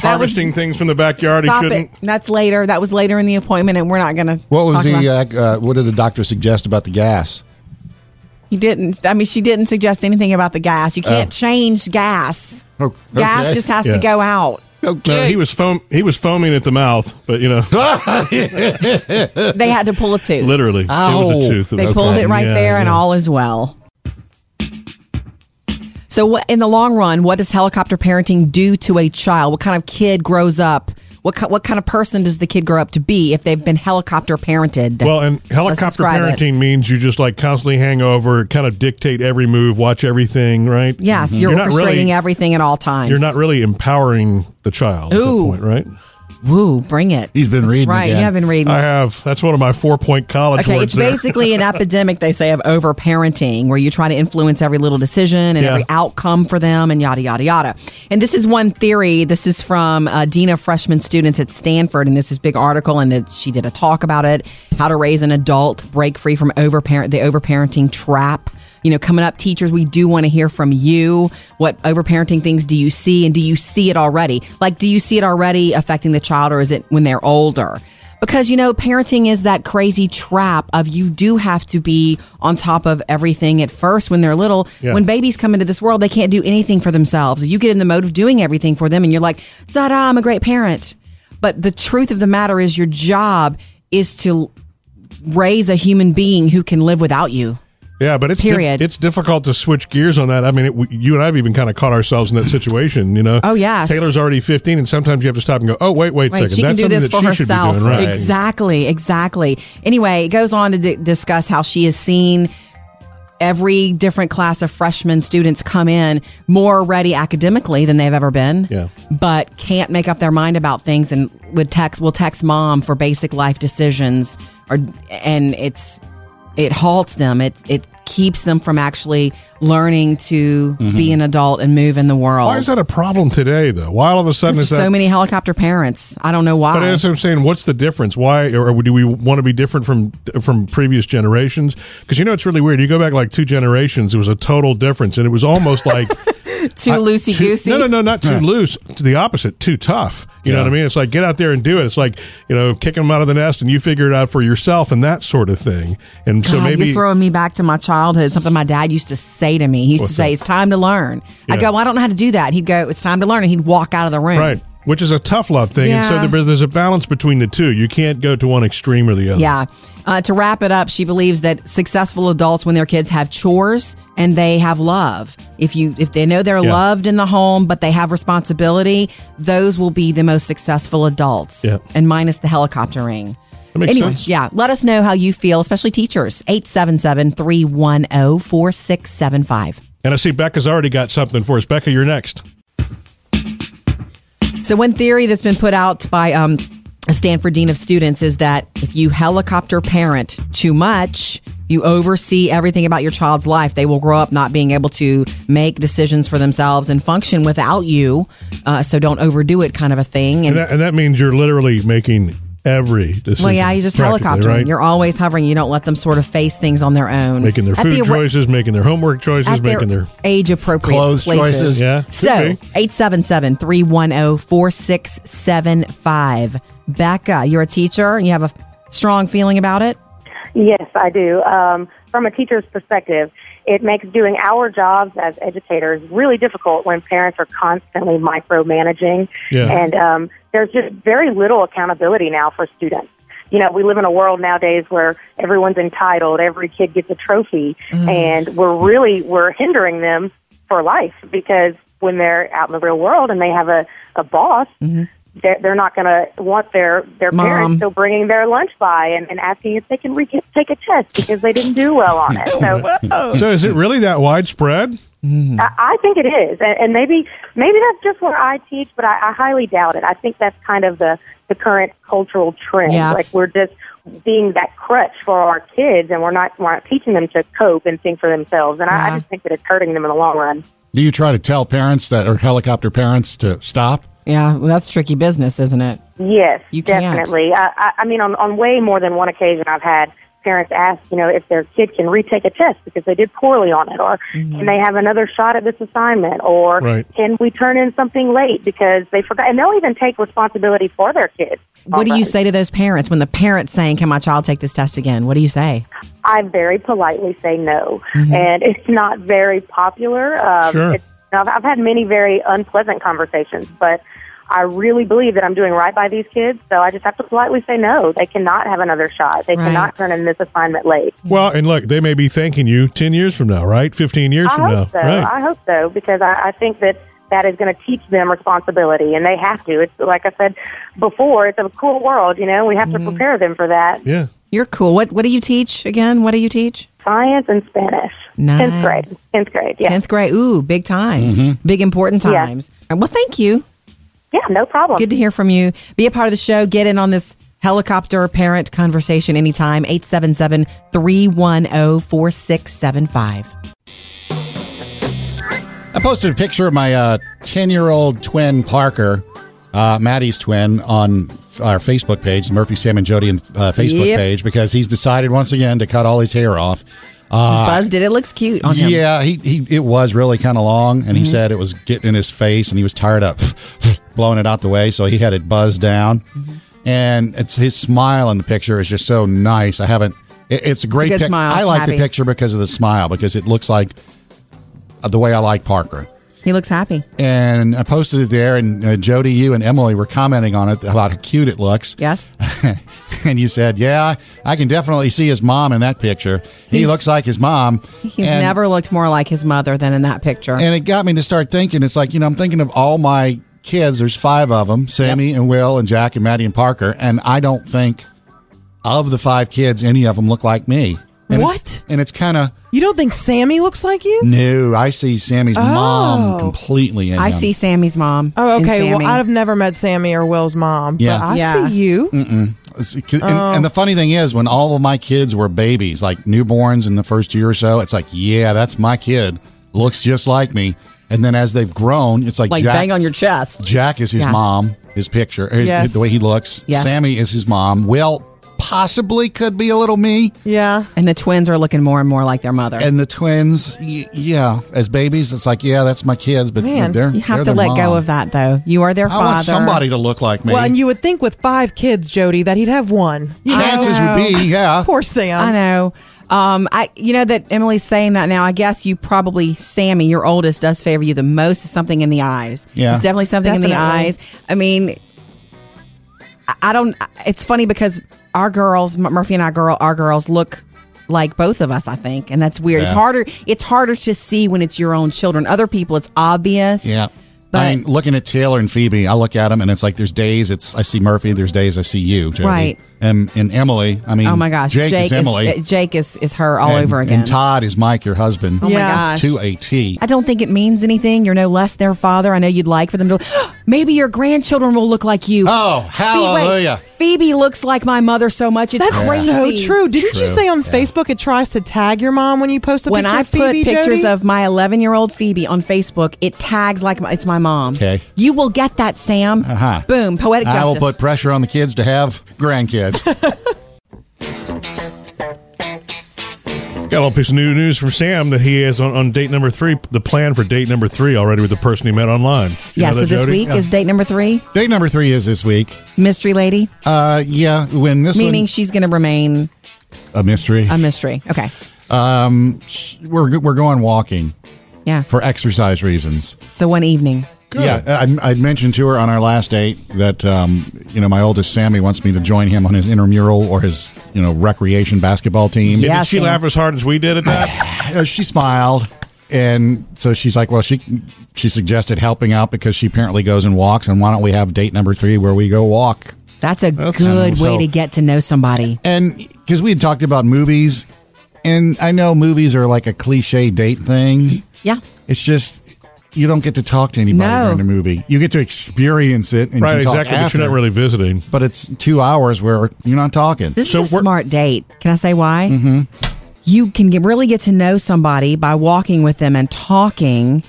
B: Harvesting things from the backyard.
A: Stop
B: he
A: it.
B: shouldn't.
A: That's later. That was later in the appointment, and we're not gonna.
C: What was
A: talk
C: the?
A: about-
C: Uh, uh, what did the doctor suggest about the gas?
A: he didn't. I mean, she didn't suggest anything about the gas. You can't change gas.
C: Oh,
A: Gas
C: okay.
A: just has
B: Yeah.
A: to go out.
B: No, he
C: Okay.
B: was foam. He was foaming at the mouth, but you know,
A: They had to pull a tooth.
B: literally, it was a
C: Ow.
B: tooth.
A: They
B: Okay.
A: pulled it right
B: Yeah,
A: there, and
B: yeah.
A: all is well. So, what in the long run, what does helicopter parenting do to a child? What kind of kid grows up? What ki- what kind of person does the kid grow up to be if they've been helicopter parented?
B: Well, and
A: Let's
B: helicopter
A: describe it.
B: parenting means you just like constantly hang over, kind of dictate every move, watch everything, right? Mm-hmm.
A: yes, you're,
B: Mhm. not
A: orchestrating
B: really,
A: everything at all times.
B: You're not really empowering the child
A: Ooh.
B: at that point, right?
A: Woo, bring it.
C: He's been
A: That's
C: reading
A: right?
C: again.
A: Yeah, I've been reading.
B: I have. That's one of my four point college
A: Okay,
B: words.
A: it's
B: there.
A: basically an epidemic, they say, of overparenting, where you try to influence every little decision and
B: Yeah.
A: every outcome for them and yada, yada, yada. And this is one theory. This is from uh, Dean of Freshman Students at Stanford, and this is a big article, and that she did a talk about it, how to raise an adult, break free from overparent the overparenting trap. You know, coming up, teachers, we do want to hear from you. What overparenting things do you see, and do you see it already? Like, do you see it already affecting the child, or is it when they're older? Because, you know, parenting is that crazy trap of you do have to be on top of everything at first when they're little.
B: Yeah.
A: When babies come into this world, they can't do anything for themselves. You get in the mode of doing everything for them and you're like, da da, I'm a great parent. But the truth of the matter is, your job is to raise a human being who can live without you.
B: Yeah, but it's dif-
A: Period.
B: it's difficult to switch gears on that. I mean, it, we- you and I have even kind of caught ourselves in that situation. You know,
A: Oh, yes.
B: Taylor's already fifteen, and sometimes you have to stop and go, "Oh, wait, wait, a
A: Right,
B: second.
A: she
B: That's
A: can do
B: something
A: this
B: that
A: for
B: she
A: herself.
B: should be doing, right?"
A: Exactly, exactly. Anyway, it goes on to d- discuss how she has seen every different class of freshmen students come in more ready academically than they've ever been.
B: Yeah.
A: But can't make up their mind about things and would text will text mom for basic life decisions or and it's it halts them. It it keeps them from actually learning to be an adult and move in the world.
B: Mm-hmm. Why is that a problem today, though? Why all of a sudden
A: Because
B: is
A: there's
B: that?
A: so many helicopter parents. I don't know why.
B: but as I'm saying, what's the difference? Why, or do we want to be different from from previous generations? Because you know it's really weird. You go back like two generations, it was a total difference, and it was almost like
A: too
B: I-
A: loosey goosey.
B: No, no, no, not too loose. The opposite, too tough. You know what I mean? It's like get out there and do it. It's like you know, kicking them out of the nest, and you figure it out for yourself, and that sort of thing. And so
A: God,
B: maybe
A: Oh, you're throwing me back to my childhood. Something my dad used to say to me. He used
B: What's
A: to say,
B: that?
A: "It's time to learn." I
B: Yeah.
A: go, well, "I don't know how to do that." He'd go, "It's time to learn," and he'd walk out of the room.
B: right, which is a tough love thing.
A: Yeah.
B: And so there, there's a balance between the two. You can't go to one extreme or the other.
A: Yeah. Uh, to wrap it up, she believes that successful adults, when their kids have chores and they have love, if you if they know they're
B: Yeah.
A: loved in the home, but they have responsibility, those will be the most successful adults.
B: Yeah.
A: And minus the helicopter ring.
B: That makes
A: anyway,
B: sense.
A: yeah. Let us know how you feel, especially teachers. 877 310 4675.
B: And I see Becca's already got something for us. Becca, you're next.
A: So one theory that's been put out by um, a Stanford dean of students is that if you helicopter parent too much, you oversee everything about your child's life. They will grow up not being able to make decisions for themselves and function without you. Uh, so don't overdo it, kind of a thing.
B: And that, and that means you're literally making every decision.
A: well, yeah, you just
B: practically,
A: helicopter.
B: right?
A: You're always hovering. You don't let them sort of face things on their own.
B: making their
A: At the
B: food
A: arri-
B: choices, making their homework choices,
A: at
B: making their
A: age appropriate
C: Clothes
A: places.
C: choices.
B: Yeah, could
A: So
B: be.
A: 877 310 4675. Becca, you're a teacher and you have a strong feeling about it.
D: Yes, I do. Um, from a teacher's perspective, it makes doing our jobs as educators really difficult when parents are constantly micromanaging.
K: Yeah.
D: And um, there's just very little accountability now for students. You know, we live in a world nowadays where everyone's entitled, every kid gets a trophy,
K: Mm.
D: and we're really we're hindering them for life because when they're out in the real world and they have a, a boss,
K: Mm-hmm.
D: they're, they're not going to want their their
A: Mom.
D: parents still bringing their lunch by and, and asking if they can re- take a test because they didn't do well on it.
A: Oh.
D: So,
B: So is it really that widespread?
D: I, I think it is, and, and maybe maybe that's just where I teach, but I, I highly doubt it. I think that's kind of the the current cultural trend.
K: Yeah.
D: Like we're just being that crutch for our kids, and we're not we're not teaching them to cope and think for themselves. And I, I just think that it's hurting them in the long run.
C: Do you try to tell parents that or helicopter parents to stop?
A: Yeah, well, that's tricky business, isn't it?
D: Yes,
A: You can't.
D: definitely. I, I, I mean, on, on way more than one occasion, I've had parents ask, you know, if their kid can retake a test because they did poorly on it, or
A: Mm-hmm.
D: can they have another shot at this assignment, or
K: Right.
D: can we turn in something late because they forgot? And they'll even take responsibility for their kids.
A: What do you say to those parents when the parents saying, Can my child take this test again? What do you say?
D: I very politely say no,
A: Mhm.
D: and it's not very popular. Um,
A: Sure.
D: it's, now, I've, I've had many very unpleasant conversations, but I really believe that I'm doing right by these kids. So I just have to politely say no. They cannot have another shot. They cannot turn in this assignment late.
B: Well, and look, they may be thanking you 10 years from now, right? 15 years
D: I
B: from now.
D: hope so.
B: Right.
D: I hope so because I, I think that that is going to teach them responsibility, and they have to. It's like I said before. It's a cool world, you know. We have
A: Mm-hmm.
D: to prepare them for that.
B: yeah.
A: You're cool. What What do you teach again? What do you teach?
D: Science and Spanish.
A: Nice.
D: 10th grade. 10th grade, yeah.
A: 10th grade. Ooh, big times. Big important
D: Yeah.
A: times. And Well, thank you.
D: Yeah, no problem.
A: Good to hear from you. Be a part of the show. Get in on this helicopter parent conversation anytime. 877 310 4675.
C: I posted a picture of my uh, ten-year-old twin Parker, uh, Maddie's twin, on f- our Facebook page, the Murphy Sam and Jody and uh, Facebook
A: Yep.
C: page, because he's decided once again to cut all his hair off. Uh,
A: Buzz did. It looks cute on him. Mm-hmm.
C: Yeah, he, he it was really kind of long, and he said it was getting in his face, and he was tired of blowing it out the way, so he had it buzzed down.
A: Mm-hmm.
C: And it's his smile in the picture is just so nice. I haven't. It, it's a great
A: good
C: pic-
A: smile.
C: I
A: It's
C: like
A: happy.
C: the picture because of the smile because it looks like uh, the way I like Parker.
A: He looks happy.
C: And I posted it there, and uh, Jody, you and Emily were commenting on it about how cute it looks.
A: Yes.
C: and you said, "Yeah, I can definitely see his mom in that picture. he
A: He's-
C: looks like his mom."
A: He's
C: And-
A: never looked more like his mother than in that picture.
C: and it got me to start thinking. It's like you know, I'm thinking of all my kids. There's five of them: Sammy and Will and Jack and Maddie and Parker. And I don't think of the five kids, any of them look like me. And
I: What?
C: It's, and it's kind of
I: You don't think Sammy looks like you?
C: new. I see Sammy's
I: Oh.
C: mom completely. In
A: I
C: them.
A: see Sammy's mom.
I: Oh,
A: and
I: okay. Well,
A: Sammy.
I: I've never met Sammy or Will's mom,
C: Yeah.
I: but I
A: Yeah.
I: see you.
C: Mm-mm. It's- And,
A: Oh.
C: and the funny thing is, when all of my kids were babies, like newborns in the first year or so, it's like, yeah, that's my kid. Looks just like me. And then as they've grown, it's like,
A: Like
C: Jack,
A: bang on your chest.
C: Jack is his
A: Yeah.
C: mom, his picture, his-
A: Yes.
C: the way he looks.
A: Yes.
C: Sammy is his mom. Well, possibly could be a little me.
I: Yeah.
A: And the twins are looking more and more like their mother.
C: and the twins, y- yeah, as babies, it's like, yeah, that's my kids, but
A: Man,
C: they're
A: you
C: they're
A: have to
C: their
A: let go
C: mom.
A: of that, though. You are their
C: I
A: father.
C: want somebody to look like me.
I: Well, and you would think with five kids, Jody, that he'd have one. You
C: Chances
I: know?
C: would be, yeah.
I: Poor Sam.
A: I know. Um, I you know that Emily's saying that now. I guess you probably Sammy, your oldest, does favor you the most. Is something in the eyes.
K: Yeah.
A: it's definitely something in the
K: Definitely.
A: eyes. I mean, I- I don't. It's funny because our girls, Mur- Murphy and I, girl, our girls look like both of us. I think, and that's weird. It's
C: Yeah.
A: harder. It's harder to see when it's your own children. Other people, it's obvious.
C: Yeah.
A: But-
C: I mean, looking at Taylor and Phoebe, I look at them and it's like there's days it's I see Murphy, there's days I see you, Jody.
A: Right.
C: And and Emily, I mean,
A: oh my gosh,
C: Jake, is Emily,
A: uh, Jake is is her all
C: and-
A: over again.
C: And Todd is Mike, your husband.
A: Oh my Yeah. gosh.
C: to a T.
A: I don't think it means anything. You're no less their father. I know you'd like for them to. Maybe your grandchildren will look like you.
C: Oh,
A: Phoebe, wait.
C: hallelujah.
A: Phoebe, looks like my mother so much. It's
I: That's
A: crazy.
I: so true. Didn't you
A: True.
I: say on Facebook it tries to tag your mom when you post a
A: when
I: picture
A: I
I: of
A: put
I: Phoebe,
A: pictures
I: Jody?
A: of my 11 year old Phoebe on Facebook, it tags like my, it's my mom.
C: Okay.
A: You will get that, Sam.
C: Uh-huh.
A: Boom. Poetic
C: I will
A: justice.
C: put pressure on the kids to have grandkids.
B: Got a little piece of new news from Sam that he has on, on date number three, the plan for date number three already with the person he met online. Did you
A: yeah,
B: know
A: so
B: that,
A: this
B: Jody?
A: week is date number three
C: Date number three is this week.
A: Mystery Lady.
C: Uh, yeah, when this
A: Meaning
C: one,
A: she's going to remain
C: a mystery.
A: a mystery. Okay.
C: Um, sh- we're we're going walking.
A: Yeah.
C: For exercise reasons.
A: So one evening.
C: Yeah, I, I mentioned to her on our last date that um, you know my oldest Sammy wants me to join him on his intramural or his you know recreation basketball team.
B: Yeah, did she laugh as hard as we did at that?
C: Uh, she smiled, and so she's like, "Well, she she suggested helping out because she apparently goes and walks, and why don't we have date number three where we go walk?"
A: That's a good
C: So-
A: way to get to know somebody.
C: And because we had talked about movies, and I know movies are like a cliche date thing.
A: Yeah.
C: It's just you don't get to talk to anybody
A: No.
C: during the movie. You get to experience it, and you
B: right,
C: can talk
B: exactly. But
C: after.
B: you're not really visiting.
C: But it's two hours where you're not talking.
A: This is a smart date. Can I say why? Mm-hmm. You can get, really get to know somebody by walking with them and talking,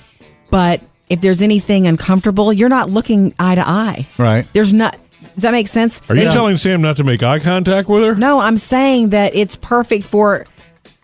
A: but if there's anything uncomfortable, you're not looking eye to eye.
C: Right.
A: There's not. Does that make sense?
B: Are you
A: They-
B: telling Sam not to make eye contact with her?
A: No, I'm saying that it's perfect for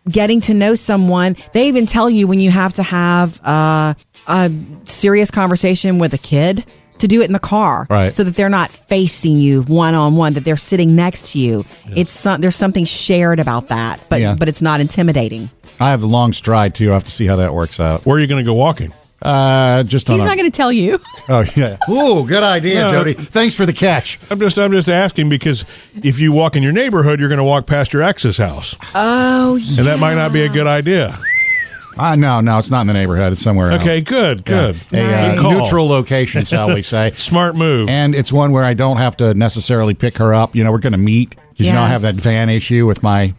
A: getting to know someone. They even tell you when you have to have uh, a serious conversation with a kid to do it in the car,
K: Right.
A: So that they're not facing you one on one, that they're sitting next to you. It's some, there's something shared about that, but
C: Yeah.
A: but it's not intimidating.
C: I have a long stride too. I have to see how that works out.
B: Where are you going to go walking?
C: Uh, just on.
A: He's
C: a-
A: not going to tell you.
C: Oh yeah. Ooh, good idea,
B: No.
C: Jody. Thanks for the catch.
B: I'm just I'm just asking because if you walk in your neighborhood, you're going to walk past your ex's house,
A: Oh, yeah.
B: and that might not be a good idea.
C: Uh, no, no, it's not in the neighborhood. It's somewhere else.
B: Okay, good,
C: Yeah.
B: good.
C: A
B: Good
C: uh,
B: call.
C: neutral location, shall we say.
B: Smart move.
C: And it's one where I don't have to necessarily pick her up. You know, we're going to meet. 'cause You know, I have
A: Yes.
C: that van issue with my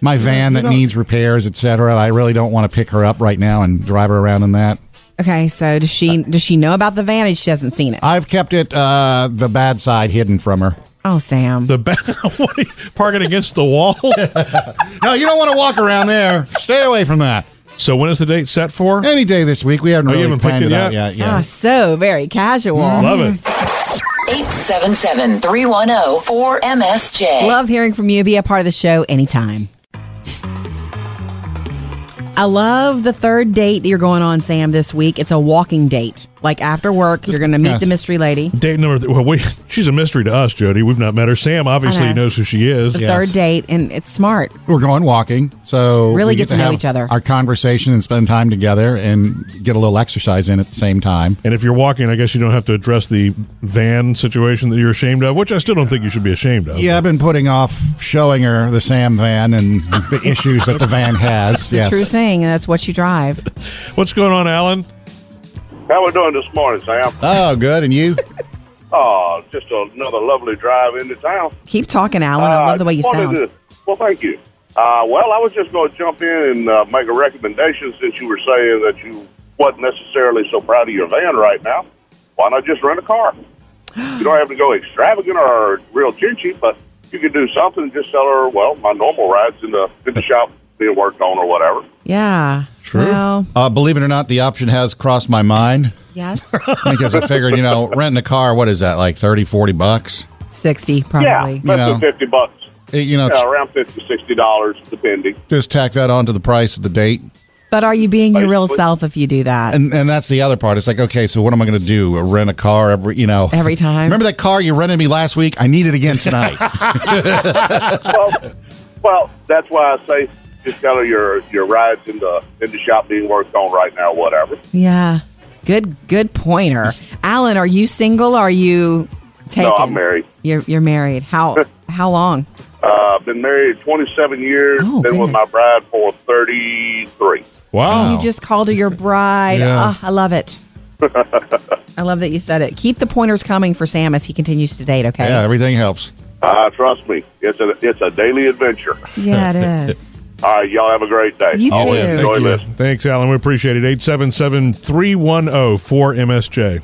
C: my van
A: you
C: that
A: don't-
C: needs repairs, etc. I really don't want to pick her up right now and drive her around in that.
A: Okay, so does she does she know about the vantage? She hasn't seen it.
C: I've kept it uh, the bad side hidden from her.
A: Oh, Sam.
B: The back, what are you, parking against the wall.
C: no, you don't want to walk around there. Stay away from that.
B: So when is the date set for?
C: Any day this week. We haven't
B: Oh, you
C: really
B: haven't picked
C: planned
B: it
C: it out
B: yet?
C: yet. Yeah.
A: Ah, so very casual.
C: Love it.
E: 877 310 4MSJ.
A: Love hearing from you. Be a part of the show anytime. I love the third date that you're going on, Sam, this week. It's a walking date. Like after work, you're going to meet
B: Yes.
A: the mystery lady.
B: Date number. Th- well, we, she's a mystery to us, Jody. We've not met her. Sam obviously
A: I know.
B: knows who she is.
A: The third date, and it's smart.
C: We're going walking, so
A: Really
C: we
A: get to know
C: have
A: each other.
C: Our conversation and spend time together, and get a little exercise in at the same time.
B: And if you're walking, I guess you don't have to address the van situation that you're ashamed of, which I still don't think you should be ashamed of.
C: Yeah, I've been putting off showing her the Sam van and the issues that the van has.
A: It's the
C: yes,
A: true thing, and that's what you drive.
B: What's going on, Alan? Uh,
L: How we doing this morning, Sam?
C: Oh, good. And you?
L: Oh, just another lovely drive into town.
A: Keep talking, Alan. Oh, I love the way you
L: Uh, wanted
A: sound.
L: to- well, thank you. Uh, well, I was just going to jump in and uh, make a recommendation since you were saying that you wasn't necessarily so proud of your van right now. Why not just rent a car? you don't have to go extravagant or real chinchy, but you could do something. Just tell her, well, my normal ride's in the in the shop being worked on or whatever.
A: Yeah. True.
C: Uh, believe it or not, the option has crossed my mind
A: yes.
C: because I figured, you know, renting a car, what is that, like 30, 40 bucks?
A: 60
L: Yeah,
A: probably.
L: less than fifty bucks.
C: you know,
L: yeah, around fifty, sixty dollars, depending.
C: Just tack that onto the price of the date.
A: But are you being your real self if you do that?
C: And and that's the other part. It's like, okay, so what am I going to do? Rent a car every, you know,
A: Every time.
C: Remember that car you rented me last week? I need it again tonight.
L: well, well, that's why I say just tell her your your ride's in the in the shop being worked on right now, whatever.
A: Yeah. Good good pointer. Alan, are you single? Or are you taken?
L: No, I'm married.
A: You're you're married. How how long?
L: Uh, been married 27 years.
A: Oh,
L: been with my bride for 33.
B: Oh.
A: You just called her your bride.
L: Yeah.
A: Ah, I love it. I love that you said it. Keep the pointers coming for Sam as he continues to date, okay?
C: yeah, everything helps.
L: Uh, trust me, it's a it's a daily adventure.
A: Yeah, it is.
L: All right, y'all have a great day.
A: You Always. too.
L: Enjoy
B: Thank you.
L: listening.
B: Thanks, Alan. We appreciate it. 877 310 4MSJ.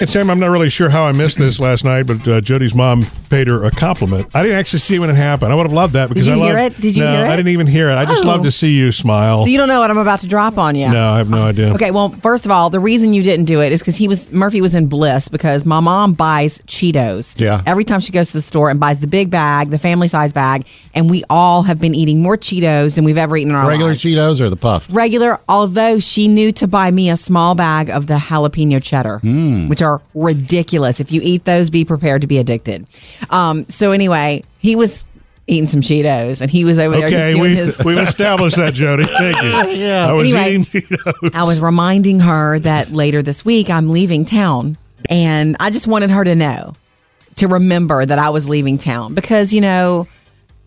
B: And Sam, I'm not really sure how I missed this last night, but uh, Jody's mom paid her a compliment. I didn't actually see it when it happened. I would have loved that because
A: you
B: I
A: hear
B: love,
A: it? Did you
B: no,
A: hear it?
B: I didn't even hear it. I just
A: Oh.
B: love to see you smile.
A: So you don't know what I'm about to drop on you.
B: No, I have no idea.
A: Okay, well, first of all, the reason you didn't do it is because he was Murphy was in bliss because my mom buys Cheetos.
C: Yeah.
A: Every time she goes to the store and buys the big bag, the family size bag, and we all have been eating more Cheetos than we've ever eaten in our
C: Regular
A: lives.
C: Cheetos or the puffed?
A: Regular, although she knew to buy me a small bag of the jalapeno cheddar,
C: Hmm.
A: which are ridiculous. If you eat those, be prepared to be addicted. Um, so anyway, he was eating some Cheetos and he was over there just
B: Okay,
A: doing
B: we,
A: his
B: we've established that, Jody. Thank you. I was
A: Anyway,
B: eating Cheetos.
A: I was reminding her that
C: Mm-hmm.
A: later this week I'm leaving town. And I just wanted her to know, to remember that I was leaving town because, you know,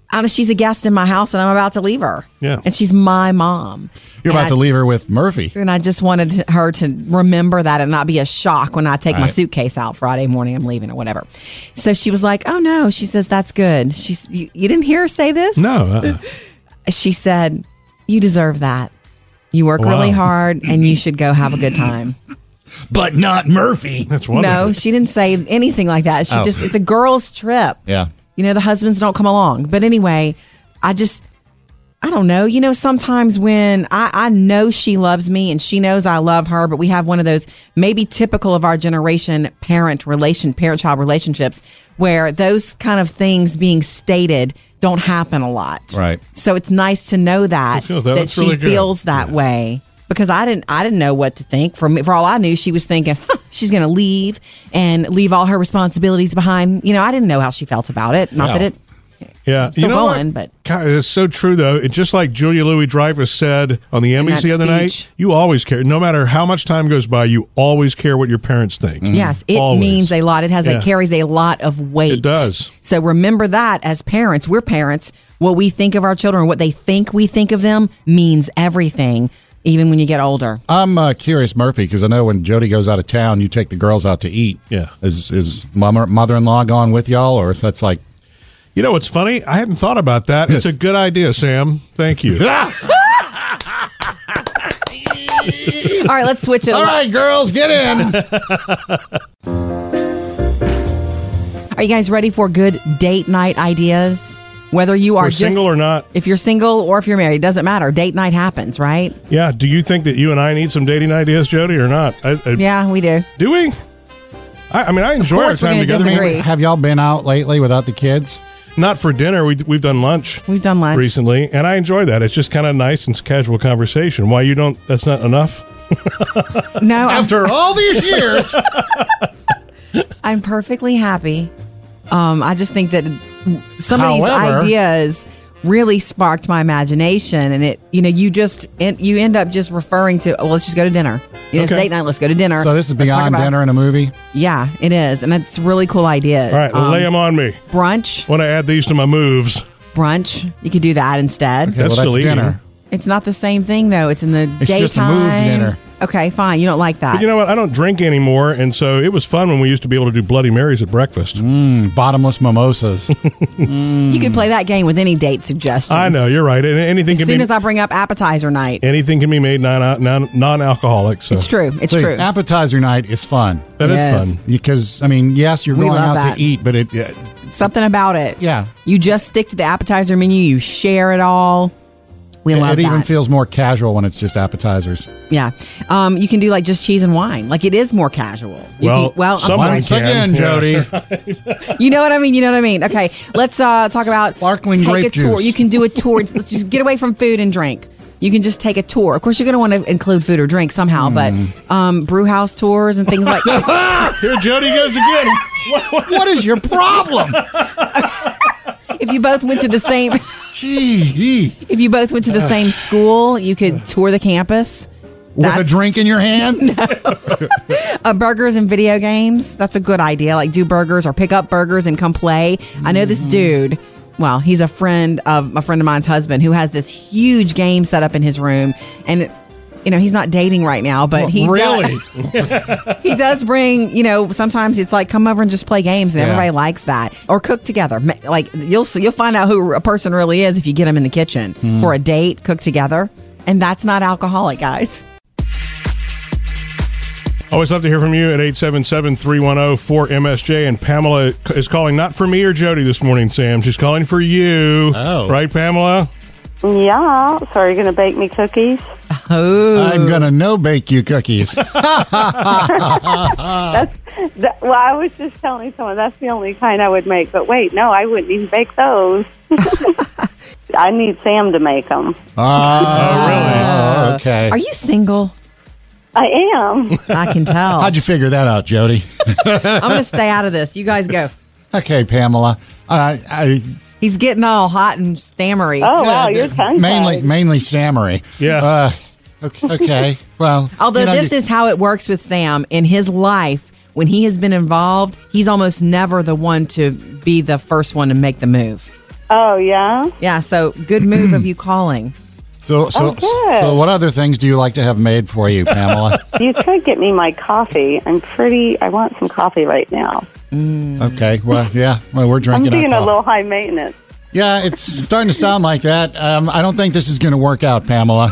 A: I know she's a guest in my house and I'm about to leave her.
C: Yeah.
A: And she's my mom.
C: You're
A: And
C: about
A: I-
C: to leave her with Murphy.
A: And I just wanted her to remember that and not be a shock when I take my
C: Right.
A: suitcase out Friday morning, I'm leaving or whatever. So she was like, Oh no. She says, That's good. She's, you, you didn't hear her say this?
B: No. uh-uh.
A: she said, You deserve that. You work
C: Wow.
A: really hard and you should go have a good time.
C: But not Murphy. That's
A: No, she didn't say anything like that. She
C: Oh.
A: just, it's a girl's trip.
C: Yeah.
A: You know, the husbands don't come along. But anyway, I just, I don't know. You know, sometimes when I, I know she loves me and she knows I love her, but we have one of those maybe typical of our generation parent relation, parent child relationships where those kind of things being stated don't happen a lot.
C: Right.
A: So it's nice to know that
B: feels that. That's
A: she
B: really good.
A: feels that way because I didn't I didn't know what to think. For me, for all I knew, she was thinking huh, she's going to leave and leave all her responsibilities behind. You know, I didn't know how she felt about it. Not that
B: No.
A: it
B: Yeah,
A: Still going,
B: what? God, it's so true though. It's just like Julia Louis Dreyfus said on the Emmys
A: that
B: the other
A: speech.
B: night. You always care, no matter how much time goes by. You always care what your parents think.
A: Mm-hmm. Yes, it
B: Always.
A: means a lot. It has
B: Yeah.
A: a carries a lot of weight.
B: It does.
A: So remember that as parents, we're parents. What we think of our children, what they think we think of them, means everything. Even when you get older,
C: I'm uh, curious, Murphy, because I know when Jody goes out of town, you take the girls out to eat. Yeah. Is is mother in law gone with y'all, or is that's like
B: You know what's funny? I hadn't thought about that. It's a good idea, Sam. Thank you.
C: "Ah,
A: all right, let's switch it.
C: All right, girls, get in.
A: Are you guys ready for good date night ideas? Whether you are
B: We're
A: just,
B: single or not.
A: if you're single or if you're married, it doesn't matter. Date night happens, right?
B: Yeah. Do you think that you and I need some dating ideas, Jody, or not? I, I-
A: Yeah, we do.
B: Do we? I, I mean, I enjoy our
A: course we're
B: time
A: gonna
B: together.
A: disagree.
C: Have y'all been out lately without the kids?
B: Not for dinner. We, we've done lunch.
A: We've done lunch.
B: recently, and I enjoy that. It's just kind of nice and casual conversation. Why you don't? That's not enough.
A: No,
C: After all these years.
A: I'm perfectly happy. Um, I just think that some
C: However-
A: of these ideas really sparked my imagination, and it you know you just en- you end up just referring to oh, let's just go to dinner. You know, it's
C: Okay.
A: date night. Let's go to dinner.
C: So this is
A: Let's talk
C: beyond
A: about-
C: dinner and a movie.
A: Yeah, it is, and that's really cool ideas.
B: All right,
A: Um,
B: lay them on me.
A: Brunch.
B: Want to add these to my moves?
A: Brunch. You could do that instead.
B: Okay, well, that's
C: dinner.
A: It's not the same thing though. It's in the
B: It's
A: daytime.
B: just a move dinner.
A: Okay, fine. You don't like that.
B: But you know what? I don't drink anymore, and so it was fun when we used to be able to do Bloody Marys at breakfast.
C: Mm, bottomless mimosas.
A: You could play that game with any date suggestion.
B: I know you're right. And anything
A: As
B: can
A: soon
B: be
A: as I bring up appetizer night,
B: anything can be made non non alcoholic. So
A: It's true. It's
C: See,
A: true.
C: Appetizer night is fun.
B: That
C: That
B: is
C: is
B: Yes. fun.
C: because I mean, yes, you're
A: We
C: going out
A: love that.
C: to eat, but it, it
A: something about it.
C: Yeah.
A: You just stick to the appetizer menu. You share it all. We
C: it,
A: love
C: it
A: that.
C: even feels more casual when it's just appetizers.
A: yeah. Um, you can do like just cheese and wine. Like it is more casual. You
C: Well,
A: can, well, I'm
C: someone
A: sorry.
C: Once can. again, Oh Yeah. Jody.
A: you know what I mean. You know what I mean. Okay, let's uh, talk about sparkling take
C: grape
A: a tour.
C: juice.
A: You can do a tour. It's- let's just get away from food and drink. You can just take a tour. Of course, you're going to want to include food or drink somehow,
C: Hmm.
A: but um, brew house tours and things like
B: Here Jody goes again.
C: what is your problem?
A: if you both went to the same if you both went to the same school you could tour the campus
C: With a drink in your hand
A: uh, burgers and video games that's a good idea like do burgers or pick up burgers and come play i know
C: Mm-hmm.
A: this dude well he's a friend of a friend of mine's husband who has this huge game set up in his room and you know he's not dating right now but he
C: really?
A: does, he does bring, you know, sometimes it's like come over and just play games, and
C: Yeah.
A: everybody likes that. Or cook together. Ma- Like you'll see, you'll find out who a person really is if you get them in the kitchen
C: Hmm.
A: for a date. Cook together, and that's not alcoholic, guys.
B: Always love to hear from you at oh, 877-310-4MSJ. And Pamela is calling not for me or Jody this morning, Sam. She's calling for you. Oh. Right, Pamela?
D: Yeah. So are you going to bake me cookies?
A: Oh.
C: I'm gonna no bake you cookies.
A: Uh,
D: that's, that, well, I was just telling someone that's the only kind I would make. But wait, no, I wouldn't even bake those. I need Sam to make them.
C: Ah,
A: really?
C: okay.
A: Are you single?
D: I am.
A: I can tell.
C: How'd you figure that out, Jody?
A: I'm gonna stay out of this. You guys go.
C: Okay, Pamela. Uh, I I
A: He's getting all hot and stammery.
D: Oh, wow, you're tongue-tied.
C: mainly mainly stammery. Yeah. Uh, okay, okay. Well,
A: Although
C: you know,
A: this
C: you-
A: is how it works with Sam in his life. When he has been involved, he's almost never the one to be the first one to make the move.
D: Oh yeah.
A: Yeah. So good move of you calling.
C: so
A: oh,
C: so
D: good.
C: so. What other things do you like to have made for you, Pamela?
D: You could get me my coffee. I'm pretty. I want some coffee right now.
C: okay. Well, yeah. Well, we're
D: I'm
C: drinking.
D: being a
C: alcohol.
D: little high maintenance.
C: Yeah, it's starting to sound like that. Um, I don't think this is going to work out, Pamela.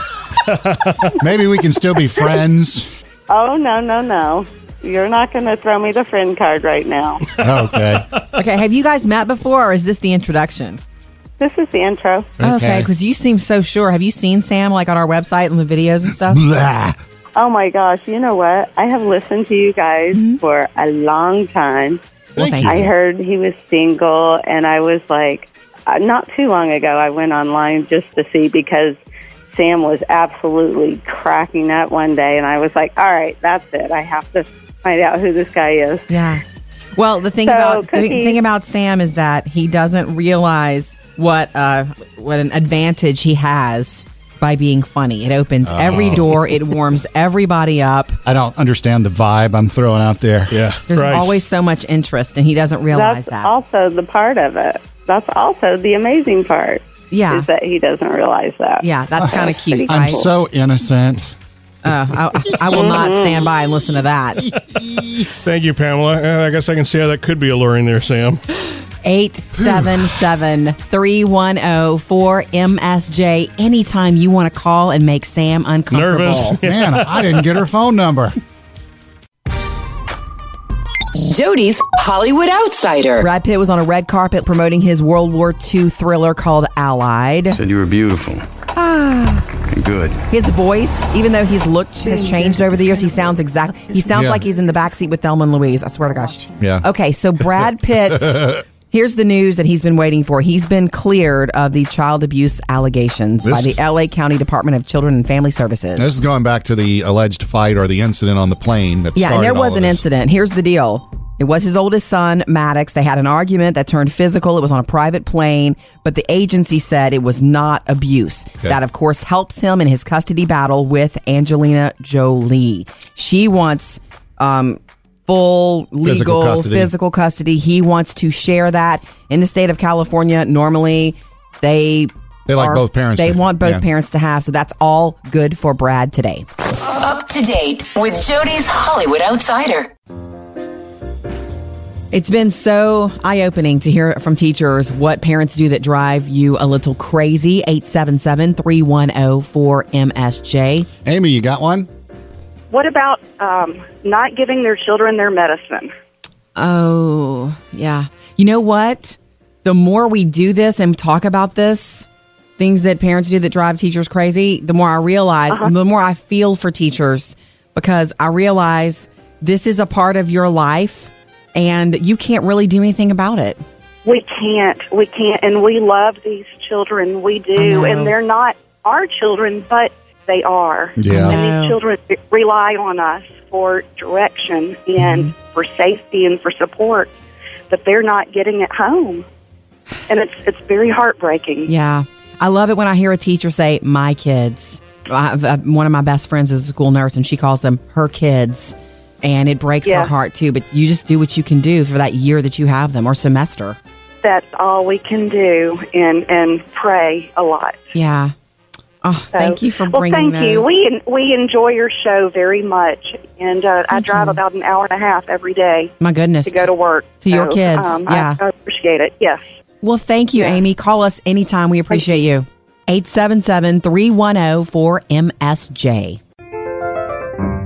C: Maybe we can still be friends.
D: Oh no no no! You're not going to throw me the friend card right now.
C: Okay.
A: Okay, have you guys met before, or is this the introduction?
D: This is the intro.
A: Okay, because you seem so sure. Have you seen Sam like on our website and the videos and stuff?
D: Oh my gosh! You know what? I have listened to you guys
A: Hmm?
D: for a long time.
A: Well, thank
D: I
A: you.
D: heard he was single, and I was like, uh, not too long ago, I went online just to see because Sam was absolutely cracking up one day, and I was like, all right, that's it. I have to find out who this guy is.
A: Yeah. Well, the thing
D: So,
A: about the
D: cookies.
A: thing about Sam is that he doesn't realize what uh, what an advantage he has by being funny. It opens
B: Uh-huh.
A: every
C: Oh.
A: door. It warms everybody up.
C: I don't understand the vibe I'm throwing out there.
B: Yeah.
A: There's always so much interest, and he doesn't realize
D: That's
A: that.
D: also the part of it. That's also the amazing part.
A: Yeah.
D: Is that he doesn't realize that.
A: Yeah, that's kind of cute.
C: I'm
A: right?
C: so innocent.
A: Uh, I, I will not stand by and listen to that.
B: Thank you, Pamela. Uh, I guess I can see how that could be alluring there, Sam.
A: 877-310-4MSJ. Anytime you want to call and make Sam uncomfortable.
B: Nervous.
C: Man, I didn't get her phone number.
M: Jody's Hollywood Outsider.
A: Brad Pitt was on a red carpet promoting his World War II thriller called Allied.
G: Said you were beautiful
A: Ah.
G: and good.
A: His voice, even though his look has changed over the years, he sounds exactly. He sounds
G: Yeah.
A: like he's in the backseat with Thelma and Louise. I swear to gosh.
C: Yeah.
A: Okay, so Brad Pitt. here's the news that he's been waiting for. He's been cleared of the child abuse allegations by
C: This-
A: the L.A. County Department of Children and Family Services.
C: This is going back to the alleged fight or the incident on the plane that
A: Yeah, and
C: started
A: there
C: all
A: was
C: of
A: an
C: this.
A: incident. Here's the deal. It was his oldest son, Maddox. They had an argument that turned physical. It was on a private plane, but the agency said it was not abuse. That, of course, helps him in his custody battle with Angelina Jolie. She wants um, full
C: Physical
A: legal
C: custody.
A: physical custody. He wants to share that. In the state of California, normally they
C: They like
A: are-
C: both parents
A: They
C: to-
A: want both
C: yeah.
A: parents to have. So that's all good for Brad today.
E: Up to date with Jody's Hollywood Outsider.
A: It's been so eye opening to hear from teachers what parents do that drive you a little crazy. 877 310 4MSJ.
C: Amy, you got one?
D: What about um, not giving their children their medicine?
A: Oh, yeah. You know what? The more we do this and talk about this, things that parents do that drive teachers crazy, the more I realize, the more I feel for teachers because I realize this is a part of your life and you can't really do anything about it.
D: We can't. We can't. And we love these children. We do.
A: I know.
D: And they're not our children, but they are.
A: Yeah. I
D: And
A: know.
D: these children re- rely on us for direction and
A: Mm-hmm.
D: for safety and for support that they're not getting at home. And it's it's very heartbreaking.
A: Yeah. I love it when I hear a teacher say, my kids. I, I- one of my best friends is a school nurse and she calls them her kids. And it breaks
D: Yeah.
A: her heart too. But you just do what you can do for that year that you have them or semester.
D: That's all we can do and and pray a lot.
A: Yeah. Oh, thank you for
D: Well,
A: bringing
D: thank you.
A: those.
D: We we enjoy your show very much, and uh, I drive about an hour and a half every day.
A: My goodness.
D: to go to work
A: To your
D: So,
A: kids,
D: Um,
A: yeah.
D: I, I appreciate it. Yes.
A: Well, thank you, Amy. Call us anytime. We appreciate you. 877 310 4MSJ.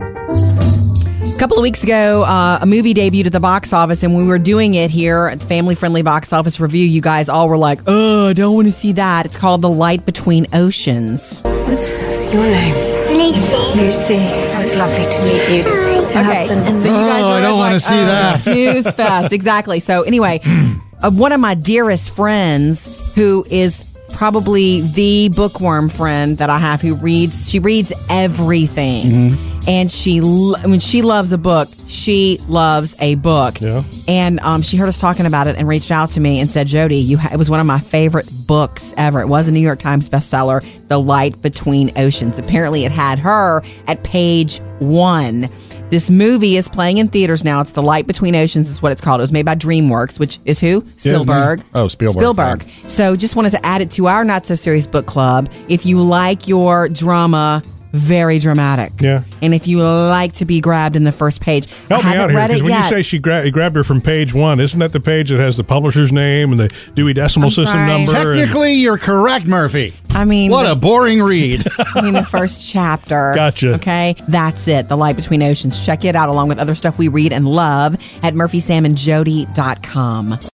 A: A couple of weeks ago, uh, a movie debuted at the box office, and we were doing it here at Family Friendly Box Office Review. You guys all were like, oh, I don't want to see that. It's called The Light Between Oceans.
K: What's your name? Lucy. Lucy. It was lovely to meet you. Your husband.
A: So you guys
K: oh,
A: are
K: I don't
A: like,
K: want to see
A: oh,
K: that.
A: Snooze fest. Exactly. So anyway, uh, one of my dearest friends who is probably the bookworm friend that I have who reads she reads everything.
K: Mm-hmm.
A: And she lo- when she loves a book, she loves a book. Yeah. And um, she heard us talking about it and reached out to me and said, "Jody, you ha- it was one of my favorite books ever. It was a New York Times bestseller, The Light Between Oceans. Apparently, it had her at page 1." This movie is playing in theaters now. It's The Light Between Oceans, is what it's called. It was made by DreamWorks, which is who? Spielberg.
C: Oh, Spielberg.
A: Spielberg. So just wanted to add it to our Not So Serious Book Club. If you like your drama, very dramatic. Yeah. And if you like to be grabbed in the first page,
B: Help
A: I
B: me
A: haven't
B: out here
A: read
B: because
A: it
B: when
A: yet.
B: you say she gra- he grabbed her from page one, isn't that the page that has the publisher's name and the Dewey Decimal
A: I'm
B: System
A: sorry.
B: number? and-
C: Technically, you're correct, Murphy.
A: I mean,
C: What a boring read.
A: I mean, the first chapter.
C: Gotcha.
A: Okay. That's it. The Light Between Oceans. Check it out along with other stuff we read and love at murphysamandjody.com.